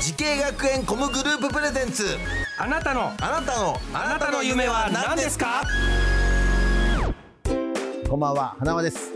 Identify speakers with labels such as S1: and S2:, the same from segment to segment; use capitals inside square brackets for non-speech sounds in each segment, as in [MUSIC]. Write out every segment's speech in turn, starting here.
S1: 時系学園コムグループプレゼンツ
S2: あなたの
S1: あなたのあなたの夢は何ですか
S3: こんばんは花輪です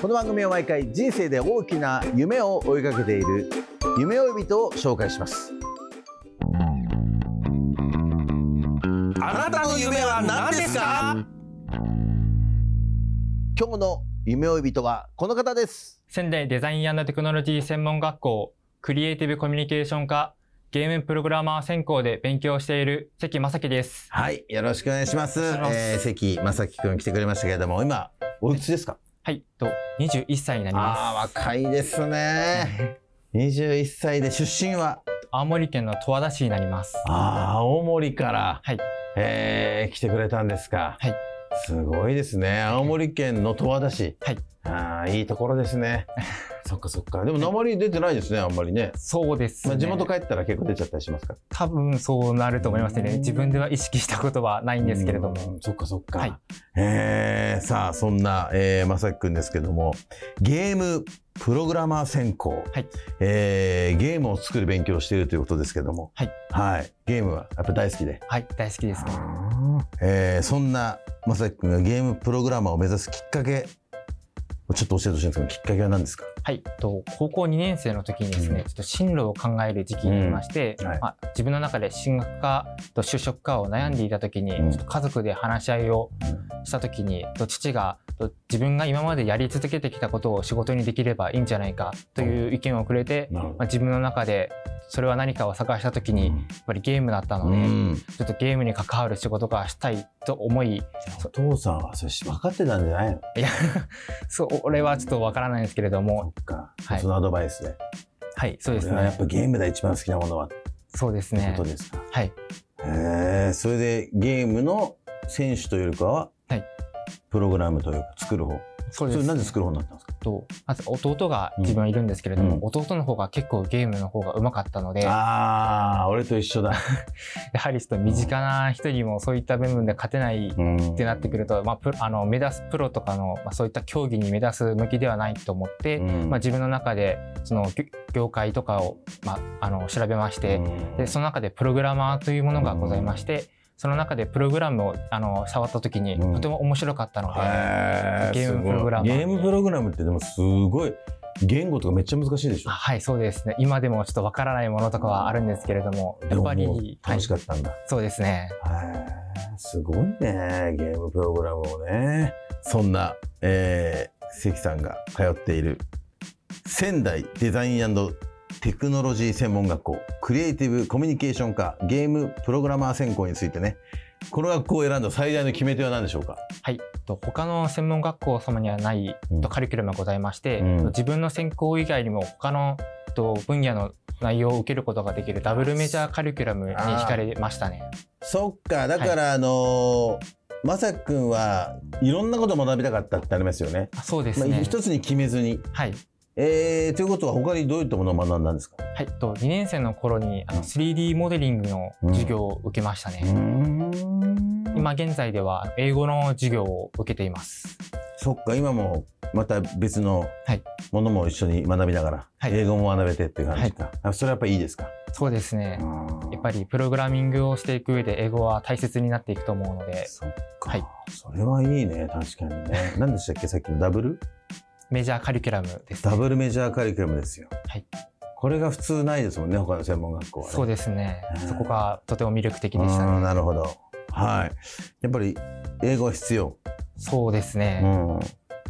S3: この番組は毎回人生で大きな夢を追いかけている夢追い人を紹介します
S1: あなたの夢は何ですか
S3: 今日の夢追い人はこの方です
S4: 仙台デザインテクノロジー専門学校クリエイティブコミュニケーション科ゲームプログラマー専攻で勉強している関正樹です。
S3: はい
S1: よろしくお願いします
S4: お願いします
S1: えー関正樹くん来てくれましたけれども今おいくつですか
S4: はい、と21歳になり
S1: ああ
S4: ま
S1: 若いですね21歳で出身は
S4: す。青森県の十和田市になります。
S1: ああ青森から、
S4: はい
S1: えー来てくれたんですか
S4: はい
S1: すごいですね青森県の十和田市
S4: はい
S1: ああいいところです [LAUGHS] ねそっかそっかでも鉛出てないですねあんまりね
S4: そうです、ね。
S1: まあ、地元帰ったら結構出ちゃったりしますか
S4: 多分そうなると思いますね。自分では意識したことはないんですけれども。
S1: うんそっかそっか、
S4: はい
S1: えーさあそんな、えー、まさきくんですけどもゲームプログラマー専攻、
S4: はい
S1: えーゲームを作る勉強をしているということですけども、
S4: はい
S1: はいゲームはやっぱ大好きで、
S4: はい、大好きですね。
S1: えーそんなまさきくんがゲームプログラマーを目指すきっかけをちょっと教えてほしいんですけどきっかけは何ですか
S4: はい、と高校2年生の時にですね、
S1: うん
S4: ちょっと進路を考える時期にいまして、
S1: うんはい
S4: まあ、自分の中で進学かと就職かを悩んでいた時に、
S1: うん
S4: ちょっと家族で話し合いをした時に、と父がと自分が今までやり続けてきたことを仕事にできればいいんじゃないかという意見をくれて、
S1: なるほ
S4: まあ、自分の中でそれは何かを探した時に、やっぱりゲームだったので、ちょっとゲームに関わる仕事がしたいと思い
S1: お父さんはそれ分かってたんじゃないの
S4: いやそう俺はちょっとわからないんですけれども
S1: そっか、
S4: はい
S1: そのアドバイスで
S4: はいそうです
S1: 俺はやっ
S4: ね
S1: ぱゲームで一番好きなものはって
S4: そうですね
S1: ことですか、
S4: はい
S1: へえそれでゲームの選手というよりかは、
S4: はい
S1: プログラムというか作る方
S4: そ
S1: それなぜ作
S4: る
S1: る方になったんですか
S4: とまず弟が自分はいるんですけれど
S1: う
S4: も、
S1: ん
S4: 弟の方が結構ゲームの方が上手かったので、や
S1: ああ俺と一緒だ
S4: はりちょっと身近な人にもそういった部分で勝てない [LAUGHS] っ
S1: って
S4: なってくると、まあ、プロあの目指すプロとかの、まあ、そういった競技に目指す向きではないと思って、まあ、自分の中でそのぎょ業界とかを、まあ、あの調べまして、でその中でプログラマーというものがございまして、その中でプログラムをあの触った時に
S1: うん
S4: とても面白かったので、
S1: ゲ
S4: ゲームプログラマー
S1: ゲームプログラムってでもすごい言語とかめっちゃ難しいでし
S4: あ
S1: ょ
S4: はいそうですね今でもちょっとわからないものとかはあるんですけれどもやっぱ
S1: でももう
S4: りはい
S1: 楽しかったんだ、
S4: そうですね
S1: へえすごいねゲームプログラムをねそんな、えー関さんが通っている仙台デザインテクノロジー専門学校クリエイティブコミュニケーション科ゲームプログラマー専攻についてねこの学校を選んだ最大の決め手は何でしょうか
S4: はいと他の専門学校様にはない
S1: うん
S4: とカリキュラムがございまして、
S1: うん
S4: 自分の専攻以外にも他のと分野の内容を受けることができるダブルメジャーカリキュラムに惹かれましたね
S1: そっかだから、あのー、まさきくんはいろんなことを学びたかったってありますよね。
S4: あそうです
S1: まあ、
S4: ね、
S1: 一つに決めずに、
S4: はい、
S1: えー、ということは他にどういったものを学んだんですか
S4: はい、と2年生の頃にあ
S1: う
S4: の
S1: ん
S4: 3D モデリングの授業を受けましたね、今現在ではあの英語の授業を受けています
S1: そっか今もまた別の
S4: はい
S1: ものも一緒に学びながら、
S4: はい
S1: 英語も学べてっていう感じか、あそれはやっぱいいですか
S4: そうですね、やっぱ
S1: り
S4: りプログラミングをしていく上で英語は大切になっていくと思うので
S1: そっか、
S4: はい
S1: それはいいね確かに
S4: [LAUGHS]
S1: ね何でしたっけさっきのダブル
S4: メジャーカリキュラムですね、
S1: ダブルメジャーカリキュラムですよ、
S4: はい
S1: これが普通ないですもんね他の専門学校はね、
S4: そうですね
S1: うん
S4: そこがとても魅力的でした
S1: あー
S4: ね
S1: なるほどはいやっぱり英語は必要、
S4: そうです
S1: う
S4: ね、
S1: ん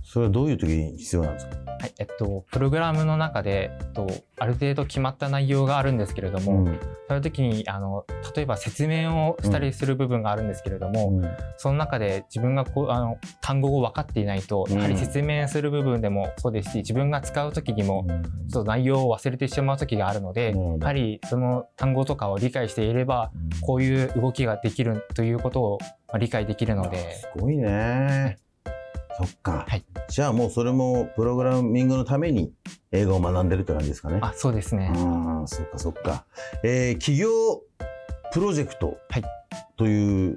S1: それはどういう時に必要なんですか
S4: はい、えっと、プログラムの中で、えっと、ある程度決まった内容があるんですけれども、
S1: うん
S4: そういう時にあの例えば説明をしたりする部分があるんですけれども、その中で自分がこうあの単語を分かっていないと
S1: うん
S4: やはり説明する部分でもそうですし自分が使う時にもちょっと内容を忘れてしまう時があるので、
S1: うん
S4: やはりその単語とかを理解していればこういう動きができるということをまあ理解できるので。
S1: すごいね。そっか。
S4: はい
S1: じゃあもうそれもプログラミングのために英語を学んでるって感じですかね。
S4: あそうですね、
S1: ああ、そっかそっか。えー企業プロジェクト
S4: はい
S1: という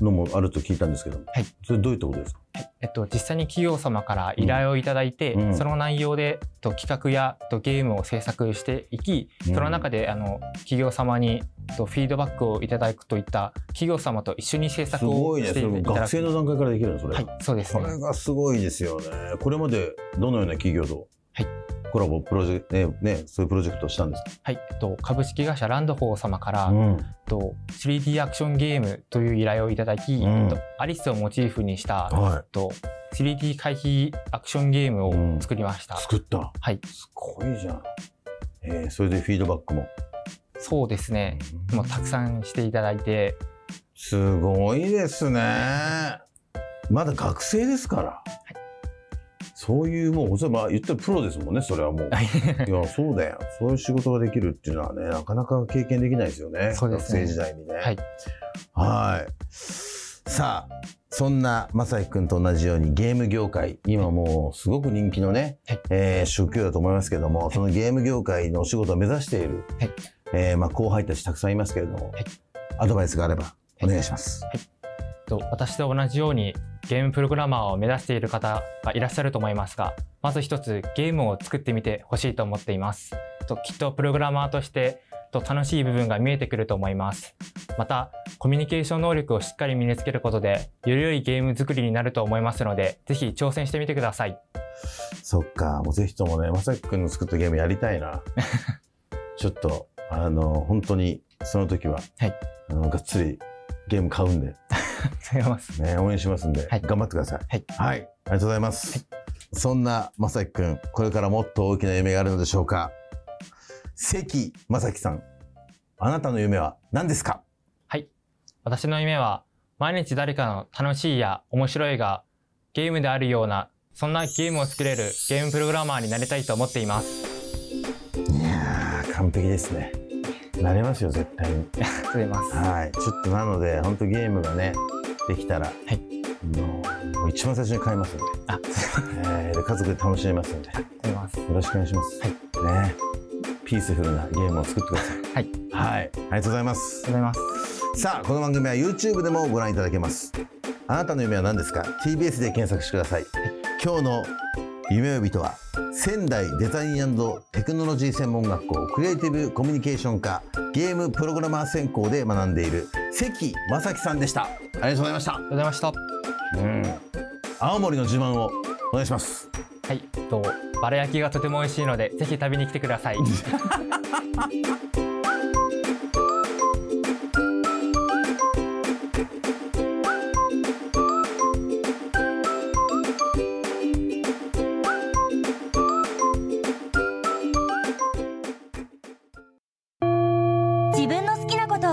S1: のもあると聞いたんですけども、
S4: はい
S1: それどういったことですか
S4: えっと、実際に企業様から依頼をいただいて、
S1: うんうん
S4: その内容でえっと企画やえっとゲームを制作していき、その中であの企業様にえっとフィードバックをいただくといった企業様と一緒に制
S1: す
S4: 作
S1: ご
S4: を
S1: いね。そ
S4: してい
S1: れも
S4: ただ
S1: 学
S4: く
S1: 生の段階からできるのそれ。
S4: はいそうです
S1: そ
S4: ね
S1: れがすごいですよね。これまでどのような企業と
S4: はい
S1: コラボプロジェクト、ねね、そういうプロジェクトをしたんですか、
S4: はいえっと株式会社ランドホー様から、えっ
S1: ん、
S4: と 3D アクションゲームという依頼をいただき、
S1: ん
S4: えっとアリスをモチーフにした、えっ
S1: は
S4: と 3D 回避アクションゲームを作りました、
S1: い。作った。
S4: はい
S1: すごいじゃん。えー、それでフィードバックも。
S4: そうですねもうたくさんしていただいて
S1: すごいですね。まだ学生ですから。そういうもう、それまあ言ったらプロですもんね、それはもう。
S4: はい
S1: いや、そうだよ。そういう仕事ができるっていうのはね、なかなか経験できないですよね。
S4: そうですね
S1: 学生時代にね。
S4: はい。
S1: はいさあ、そんなまさきくんと同じようにゲーム業界、今もうすごく人気のね、
S4: はい
S1: えー職業だと思いますけども、そのゲーム業界のお仕事を目指している、
S4: はい
S1: えーまあ後輩たちたくさんいますけれども、
S4: はい
S1: アドバイスがあればお願いします。
S4: えっと私と同じようにゲームプログラマーを目指している方がいらっしゃると思いますがまず一つゲームを作ってみてほしいと思っていますえっときっとプログラマーとしてえっと楽しい部分が見えてくると思いますまたコミュニケーション能力をしっかり身につけることでより良いゲーム作りになると思いますのでぜひ挑戦してみてください
S1: そっか、もうぜひともね、まさきくんの作ったゲームやりたいな。 [LAUGHS] ちょっと、あの、本当に、その時は、
S4: はい
S1: あの、がっつりゲーム買うんで、
S4: ありがとうございます
S1: ね、応援しますんで、
S4: はい
S1: 頑張ってください。
S4: はい
S1: ありがとうございます。そんなまさきくん、これからもっと大きな夢があるのでしょうか。関まさきさん、あなたの夢は何ですか
S4: はい。私の夢は、毎日誰かの楽しいや面白いが、ゲームであるような、そんなゲームを作れるゲームプログラマーになりたいと思っています。
S1: いやー、完璧ですね。なれますよ、絶対に。
S4: 失礼します。
S1: はい、ちょっとなので、本当ゲームがね、できたら、
S4: い
S1: もうもう一番最初に買いますんで、
S4: あ、失
S1: えーで家族で楽しめますんで、よ
S4: 礼します。
S1: ろしくお願いします。はい、ね、ピースフルなゲームを作ってください。
S4: は
S1: は
S4: い。
S1: い、ありがとうございます
S4: 失。礼します。
S1: さあ、この番組は YouTube でもご覧いただけます。あなたの夢は何ですか ?TBS で検索してください。今日の夢呼びとは、仙台デザインテクノロジー専門学校クリエイティブコミュニケーション科ゲームプログラマー専攻で学んでいる関正樹さんでした。ありがとうございました。
S4: ありがとうございました。
S1: うん。青森の自慢をお願いします。
S4: はい。えっと、バラ焼きがとても美味しいので、ぜひ食べに来てください。
S5: 自分の好きなこと